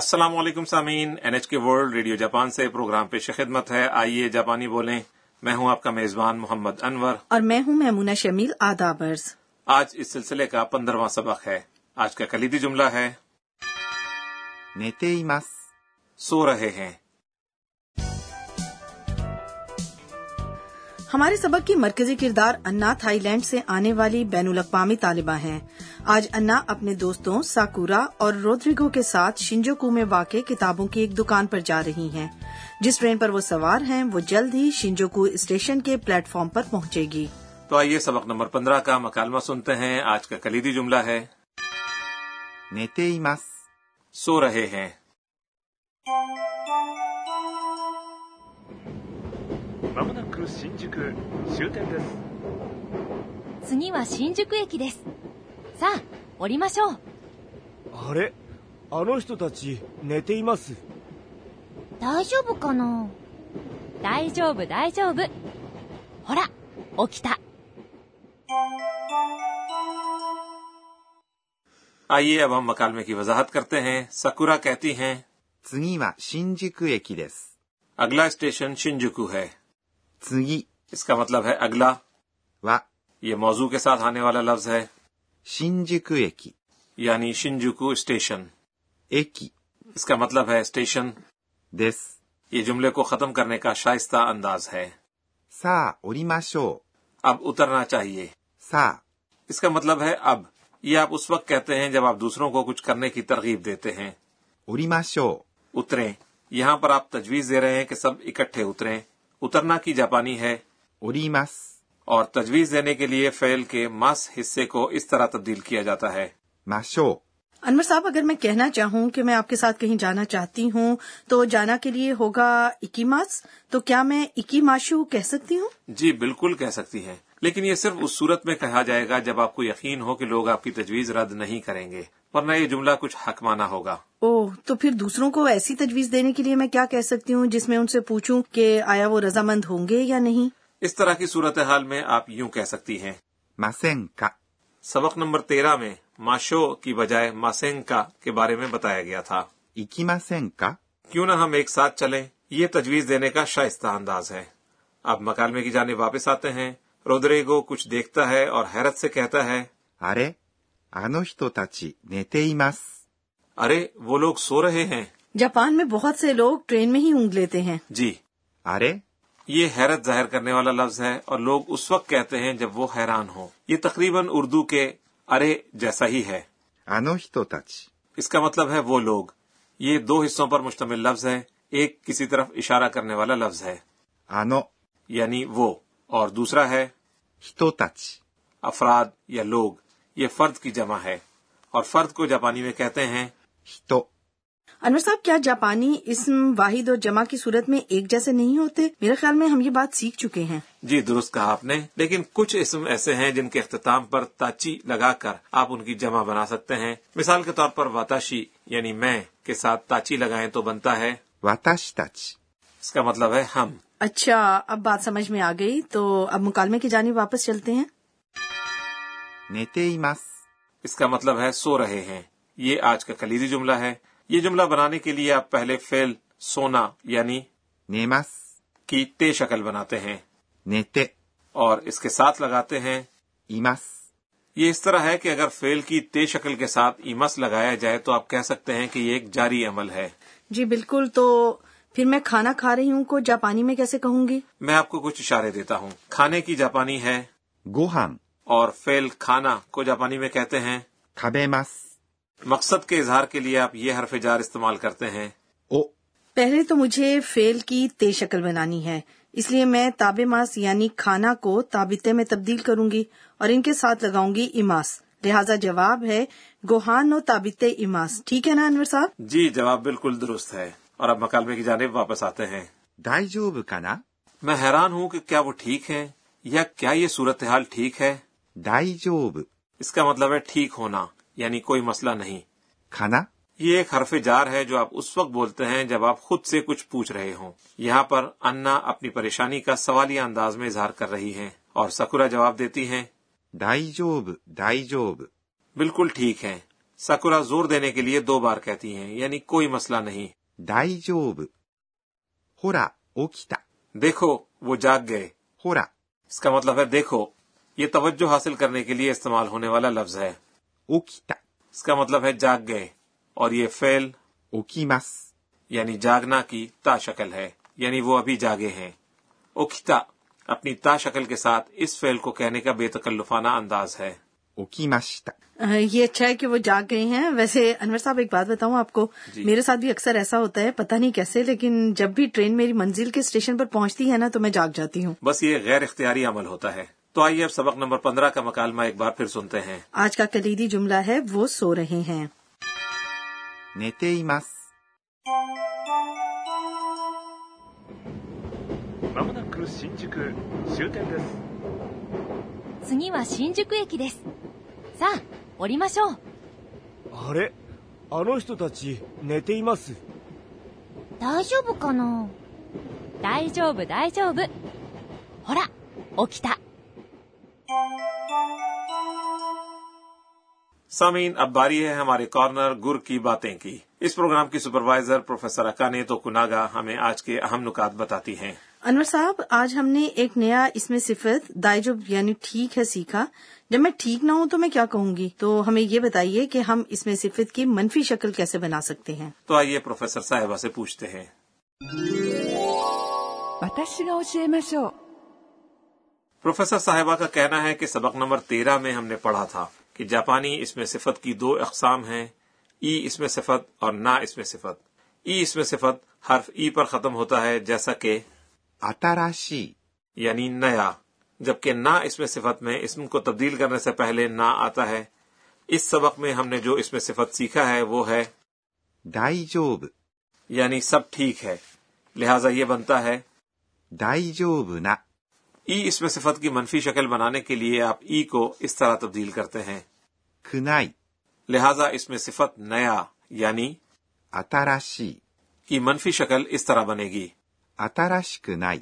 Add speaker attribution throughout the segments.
Speaker 1: السلام علیکم سامعین N H K World Radio Japan سے پروگرام پیش خدمت ہے آئیے جاپانی بولیں میں ہوں آپ کا میزبان محمد انور
Speaker 2: اور میں ہوں میمونہ شمیل آدابرز
Speaker 1: آج اس سلسلے کا پندرواں سبق ہے آج کا کلیدی جملہ ہے
Speaker 3: 寝ています。
Speaker 1: سو رہے ہیں
Speaker 2: ہمارے سبق کی مرکزی کردار انا تھائی لینڈ سے آنے والی بین الاقوامی طالبہ ہیں آج انا اپنے دوستوں ساکورا اور رودریگو کے ساتھ شنجوکو میں واقع کتابوں کی ایک دکان پر جا رہی ہیں جس ٹرین پر وہ سوار ہیں وہ جلد ہی شنجوکو اسٹیشن کے پلیٹ فارم پر پہنچے گی
Speaker 1: تو آئیے سبق نمبر پندرہ کا مکالمہ سنتے ہیں آج کا کلیدی جملہ ہے
Speaker 3: 寝ています。
Speaker 1: سو رہے ہیں
Speaker 4: まもなく新宿終点です
Speaker 5: 次は新宿駅ですさあ降りましょう
Speaker 6: あれあの人たち寝ています
Speaker 5: 大丈夫かな大丈夫大丈夫ほら起きた
Speaker 1: آئیے اب ہم مکالمے کی وضاحت کرتے ہیں سکورا کہتی ہیں
Speaker 3: 次は新宿駅です。
Speaker 1: اگلا اسٹیشن شنجوکو ہے
Speaker 3: 次
Speaker 1: اس کا مطلب ہے اگلا
Speaker 3: は
Speaker 1: یہ موضوع کے ساتھ آنے والا لفظ ہے
Speaker 3: 新宿駅。
Speaker 1: یعنی شنجوکو اسٹیشن
Speaker 3: 駅
Speaker 1: اس کا مطلب ہے اسٹیشن
Speaker 3: です。
Speaker 1: یہ جملے کو ختم کرنے کا شائستہ انداز ہے
Speaker 3: さあ降りましょ
Speaker 1: اب اترنا چاہیے
Speaker 3: う。さあ
Speaker 1: اس کا مطلب ہے اب یہ آپ اس وقت کہتے ہیں جب آپ دوسروں کو کچھ کرنے کی ترغیب دیتے ہیں
Speaker 3: 降りましょ
Speaker 1: اتریں یہاں پر آپ تجویز دے رہے ہیں کہ سب اکٹھے اتریں اترنا کی جاپانی ہے
Speaker 3: う。降ります。
Speaker 1: اور تجویز دینے کے لیے فعل کے مس حصے کو اس طرح تبدیل کیا جاتا ہے
Speaker 3: ましょ
Speaker 2: انور صاحب اگر میں کہنا چاہوں کہ میں آپ کے ساتھ کہیں جانا چاہتی ہوں تو جانا کے لیے ہوگا اکیماس تو کیا میں اکیماشو کہہ سکتی ہوں
Speaker 1: جی بالکل کہہ سکتی ہیں لیکن یہ صرف اس صورت میں کہا جائے گا جب آپ کو یقین ہو کہ لوگ آپ کی تجویز رد نہیں کریں گے ورنہ یہ جملہ کچھ حکمانہ ہوگا
Speaker 2: اوہ تو پھر دوسروں کو ایسی تجویز دینے کے لیے میں کیا کہہ سکتی ہوں جس میں ان سے پوچھوں کہ آیا وہ رضامند ہوں گے یا نہیں
Speaker 1: اس طرح کی صورتحال میں آپ یوں کہہ سکتی ہیں
Speaker 3: う。ませんか。
Speaker 1: سبق نمبر تیرہ میں ماشو کی بجائے ماسینکا کے بارے میں بتایا گیا تھا
Speaker 3: 行きませんか
Speaker 1: کیوں نہ ہم ایک ساتھ چلیں یہ تجویز دینے کا شائستہ انداز ہے اب مکالمے کی جانب واپس آتے ہیں رودریگو کچھ دیکھتا ہے اور حیرت سے کہتا ہے
Speaker 3: あれあの人たち寝ています。
Speaker 1: ارے وہ لوگ سو رہے ہیں
Speaker 2: جاپان میں بہت سے لوگ ٹرین میں ہی اونگ لیتے ہیں
Speaker 1: جی
Speaker 3: あれ
Speaker 1: یہ حیرت ظاہر کرنے والا لفظ ہے اور لوگ اس وقت کہتے ہیں جب وہ حیران ہوں یہ تقریباً اردو کے ارے جیسا ہی ہے
Speaker 3: あの人たち。
Speaker 1: اس کا مطلب ہے وہ لوگ یہ دو حصوں پر مشتمل لفظ ہے ایک کسی طرف اشارہ کرنے والا لفظ ہے
Speaker 3: あの
Speaker 1: یعنی وہ اور دوسرا ہے
Speaker 3: 人たち。
Speaker 1: افراد یا لوگ یہ فرد کی جمع ہے اور فرد کو جاپانی میں کہتے ہیں
Speaker 3: 人。
Speaker 2: انور صاحب کیا جاپانی اسم واحد اور جمع کی صورت میں ایک جیسے نہیں ہوتے میرے خیال میں ہم یہ بات سیکھ چکے ہیں
Speaker 1: جی درست کہا آپ نے لیکن کچھ اسم ایسے ہیں جن کے اختتام پر تاچی لگا کر آپ ان کی جمع بنا سکتے ہیں مثال کے طور پر واتاشی یعنی میں کے ساتھ تاچی لگائیں تو بنتا ہے
Speaker 3: 私たち。
Speaker 1: اس کا مطلب ہے ہم
Speaker 2: اچھا اب بات سمجھ میں آ گئی تو اب مکالمے کی جانب واپس چلتے ہیں
Speaker 3: 寝ています。
Speaker 1: اس کا مطلب ہے سو رہے ہیں یہ آج کا کلیدی جملہ ہے یہ جملہ بنانے کے لیے آپ پہلے فعل سونا یعنی
Speaker 3: 寝ます。
Speaker 1: کی تے شکل بناتے ہیں
Speaker 3: 寝て
Speaker 1: اور اس کے ساتھ لگاتے ہیں
Speaker 3: います。
Speaker 1: یہ اس طرح ہے کہ اگر فعل کی تے شکل کے ساتھ ایمس لگایا جائے تو آپ کہہ سکتے ہیں کہ یہ ایک جاری عمل ہے
Speaker 2: جی بالکل تو پھر میں کھانا کھا رہی ہوں کو جاپانی میں کیسے کہوں گی
Speaker 1: میں آپ کو کچھ اشارے دیتا ہوں کھانے کی جاپانی ہے
Speaker 3: ご飯。
Speaker 1: اور فعل کھانا کو جاپانی میں کہتے ہیں
Speaker 3: 食べます。
Speaker 1: مقصد کے اظہار کے لیے آپ یہ حرف جار استعمال کرتے ہیں
Speaker 3: お、
Speaker 2: پہلے تو مجھے فیل کی تے شکل بنانی ہے اس لیے میں تاب ماس یعنی کھانا کو تابتے میں تبدیل کروں گی اور ان کے ساتھ لگاؤں گی اماس لہذا جواب ہے گوہان و تابتے اماس ٹھیک ہے نا انور صاحب
Speaker 1: جی جواب بالکل درست ہے اور اب مکالمے کی جانب واپس آتے ہیں
Speaker 3: 大丈夫かな
Speaker 1: میں حیران ہوں کہ کیا وہ ٹھیک ہے یا کیا یہ صورتحال ٹھیک ہے
Speaker 3: 大丈夫
Speaker 1: اس کا مطلب ہے ٹھیک ہونا یعنی کوئی مسئلہ نہیں
Speaker 3: かな
Speaker 1: یہ ایک حرف جار ہے جو آپ اس وقت بولتے ہیں جب آپ خود سے کچھ پوچھ رہے ہوں یہاں پر انا اپنی پریشانی کا سوالیہ انداز میں اظہار کر رہی ہیں اور سکورا جواب دیتی ہیں
Speaker 3: 大丈夫、大丈夫。
Speaker 1: بالکل ٹھیک ہیں سکورا زور دینے کے لیے دو بار کہتی ہیں یعنی کوئی مسئلہ نہیں
Speaker 3: 大丈夫。ほら、起きた。
Speaker 1: دیکھو وہ جاگ گئے
Speaker 3: ほら、
Speaker 1: اس کا مطلب ہے دیکھو یہ توجہ حاصل کرنے کے لیے استعمال ہونے والا لفظ ہے
Speaker 3: 起きた。
Speaker 1: اس کا مطلب ہے جاگ گئے اور یہ فعل
Speaker 3: 起きます。
Speaker 1: یعنی جاگنا کی تا شکل ہے یعنی وہ ابھی جاگے ہیں اکھتا اپنی تا شکل کے ساتھ اس فعل کو کہنے کا بے تکلفانہ انداز ہے
Speaker 3: 起きました。
Speaker 2: یہ اچھا ہے کہ وہ جاگ گئی ہیں ویسے انور صاحب ایک بات بتاؤں آپ کو میرے ساتھ بھی اکثر ایسا ہوتا ہے پتہ نہیں کیسے لیکن جب بھی ٹرین میری منزل کے اسٹیشن پر پہنچتی ہے نا تو میں جاگ جاتی ہوں
Speaker 1: بس یہ غیر اختیاری عمل ہوتا ہے تو آئیے اب سبق نمبر پندرہ کا مکالمہ ایک بار پھر سنتے ہیں
Speaker 2: آج کا کلیدی جملہ ہے وہ سو رہے ہیں
Speaker 3: 寝ています。
Speaker 4: まもなく新宿終点です
Speaker 5: 次は新宿駅ですさあ降りましょう
Speaker 6: あれあの人たち寝ています
Speaker 5: 大丈夫かな大丈夫大丈夫ほら起きた
Speaker 1: سامعین اب باری ہے ہمارے کارنر گر کی باتیں کی اس پروگرام کی سپروائزر پروفیسر اکانے تو کناگا ہمیں آج کے اہم نکات بتاتی ہیں
Speaker 2: انور صاحب آج ہم نے ایک نیا اس میں صفت دائجب یعنی ٹھیک ہے سیکھا جب میں ٹھیک نہ ہوں تو میں کیا کہوں گی تو ہمیں یہ بتائیے کہ ہم اس میں صفت کی منفی شکل کیسے بنا سکتے ہیں
Speaker 1: تو آئیے پروفیسر صاحبہ سے پوچھتے ہیں
Speaker 7: 私が教えましょう
Speaker 1: پروفیسر صاحبہ کا کہنا ہے کہ سبق نمبر تیرہ میں ہم نے پڑھا تھا کہ جاپانی اس میں صفت کی دو اقسام ہیں ای اس میں صفت اور نا اس میں صفت ای اس میں صفت حرف ای پر ختم ہوتا ہے جیسا کہ
Speaker 3: 新しい。
Speaker 1: یعنی نیا جبکہ نا اس میں صفت میں اسم کو تبدیل کرنے سے پہلے نا آتا ہے اس سبق میں ہم نے جو اس میں صفت سیکھا ہے وہ ہے
Speaker 3: 大丈夫。
Speaker 1: یعنی سب ٹھیک ہے لہٰذا یہ بنتا ہے
Speaker 3: 大丈夫な。
Speaker 1: ای اس میں صفت کی منفی شکل بنانے کے لیے آپ ای کو اس طرح تبدیل کرتے ہیں
Speaker 3: くない。
Speaker 1: لہٰذا اس میں صفت نیا یعنی
Speaker 3: 新しい。
Speaker 1: کی منفی شکل اس طرح بنے گی
Speaker 3: 新しくない。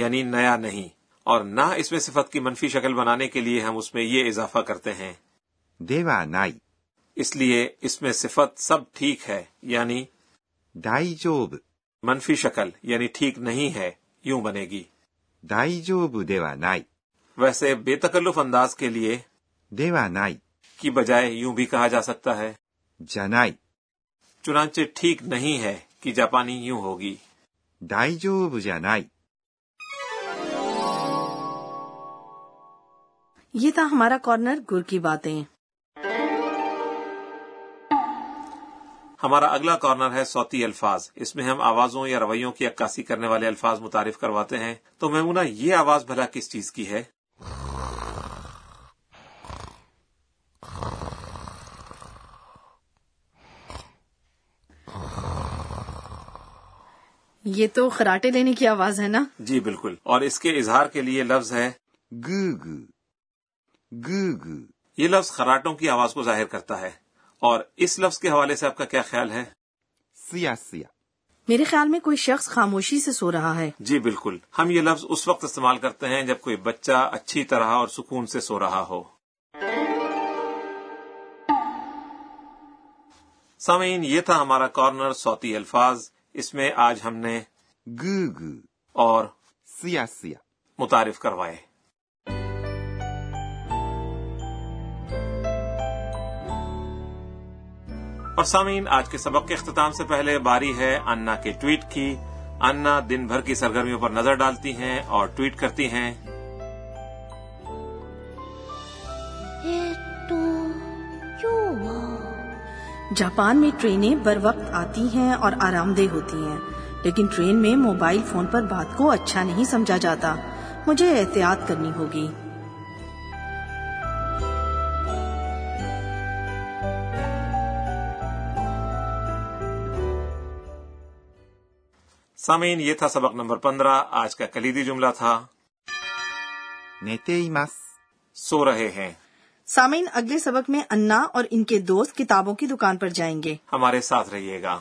Speaker 1: یعنی نیا نہیں اور نہ اس میں صفت کی منفی شکل بنانے کے لیے ہم اس میں یہ اضافہ کرتے ہیں
Speaker 3: ではない。
Speaker 1: اس لیے اس میں صفت سب ٹھیک ہے یعنی
Speaker 3: 大丈夫。
Speaker 1: منفی شکل یعنی ٹھیک نہیں ہے یوں بنے گی
Speaker 3: 大丈夫ではない。
Speaker 1: ویسے بے تکلف انداز کے لیے
Speaker 3: ではない。
Speaker 1: کی بجائے یوں بھی کہا جا سکتا ہے
Speaker 3: じゃない。
Speaker 1: چنانچہ ٹھیک نہیں ہے کہ جاپانی یوں ہوگی
Speaker 3: 大丈夫じゃない。
Speaker 2: یہ تھا ہمارا کارنر گر کی باتیں
Speaker 1: ہمارا اگلا کارنر ہے صوتی الفاظ اس میں ہم آوازوں یا رویوں کی عکاسی کرنے والے الفاظ متعارف کرواتے ہیں تو میمونہ یہ آواز بھلا کس چیز کی ہے
Speaker 2: یہ تو خراٹے لینے کی آواز ہے نا
Speaker 1: جی بالکل اور اس کے اظہار کے لیے لفظ ہے
Speaker 3: ぐーぐー。ぐーぐー。
Speaker 1: یہ لفظ خراٹوں کی آواز کو ظاہر کرتا ہے اور اس لفظ کے حوالے سے آپ کا کیا خیال ہے
Speaker 3: すやすや。
Speaker 2: میرے خیال میں کوئی شخص خاموشی سے سو رہا ہے
Speaker 1: جی بالکل ہم یہ لفظ اس وقت استعمال کرتے ہیں جب کوئی بچہ اچھی طرح اور سکون سے سو رہا ہو سامعین یہ تھا ہمارا کارنر صوتی الفاظ اس میں آج ہم نے
Speaker 3: ぐーぐー。
Speaker 1: اور
Speaker 3: すやすや。
Speaker 1: متعارف کروائے اور سامعین آج کے سبق کے اختتام سے پہلے باری ہے انا کے ٹویٹ کی انا دن بھر کی سرگرمیوں پر نظر ڈالتی ہیں اور ٹویٹ کرتی ہیں
Speaker 5: えーっと今日は
Speaker 2: جاپان میں ٹرینیں بر وقت آتی ہیں اور آرام دہ ہوتی ہیں لیکن ٹرین میں موبائل فون پر بات کو اچھا نہیں سمجھا جاتا مجھے احتیاط کرنی ہوگی
Speaker 1: سامعین یہ تھا سبق نمبر پندرہ آج کا کلیدی جملہ تھا
Speaker 3: 寝ています。
Speaker 1: سو رہے ہیں
Speaker 2: سامعین اگلے سبق میں انا اور ان کے دوست کتابوں کی دکان پر جائیں گے
Speaker 1: ہمارے ساتھ رہیے گا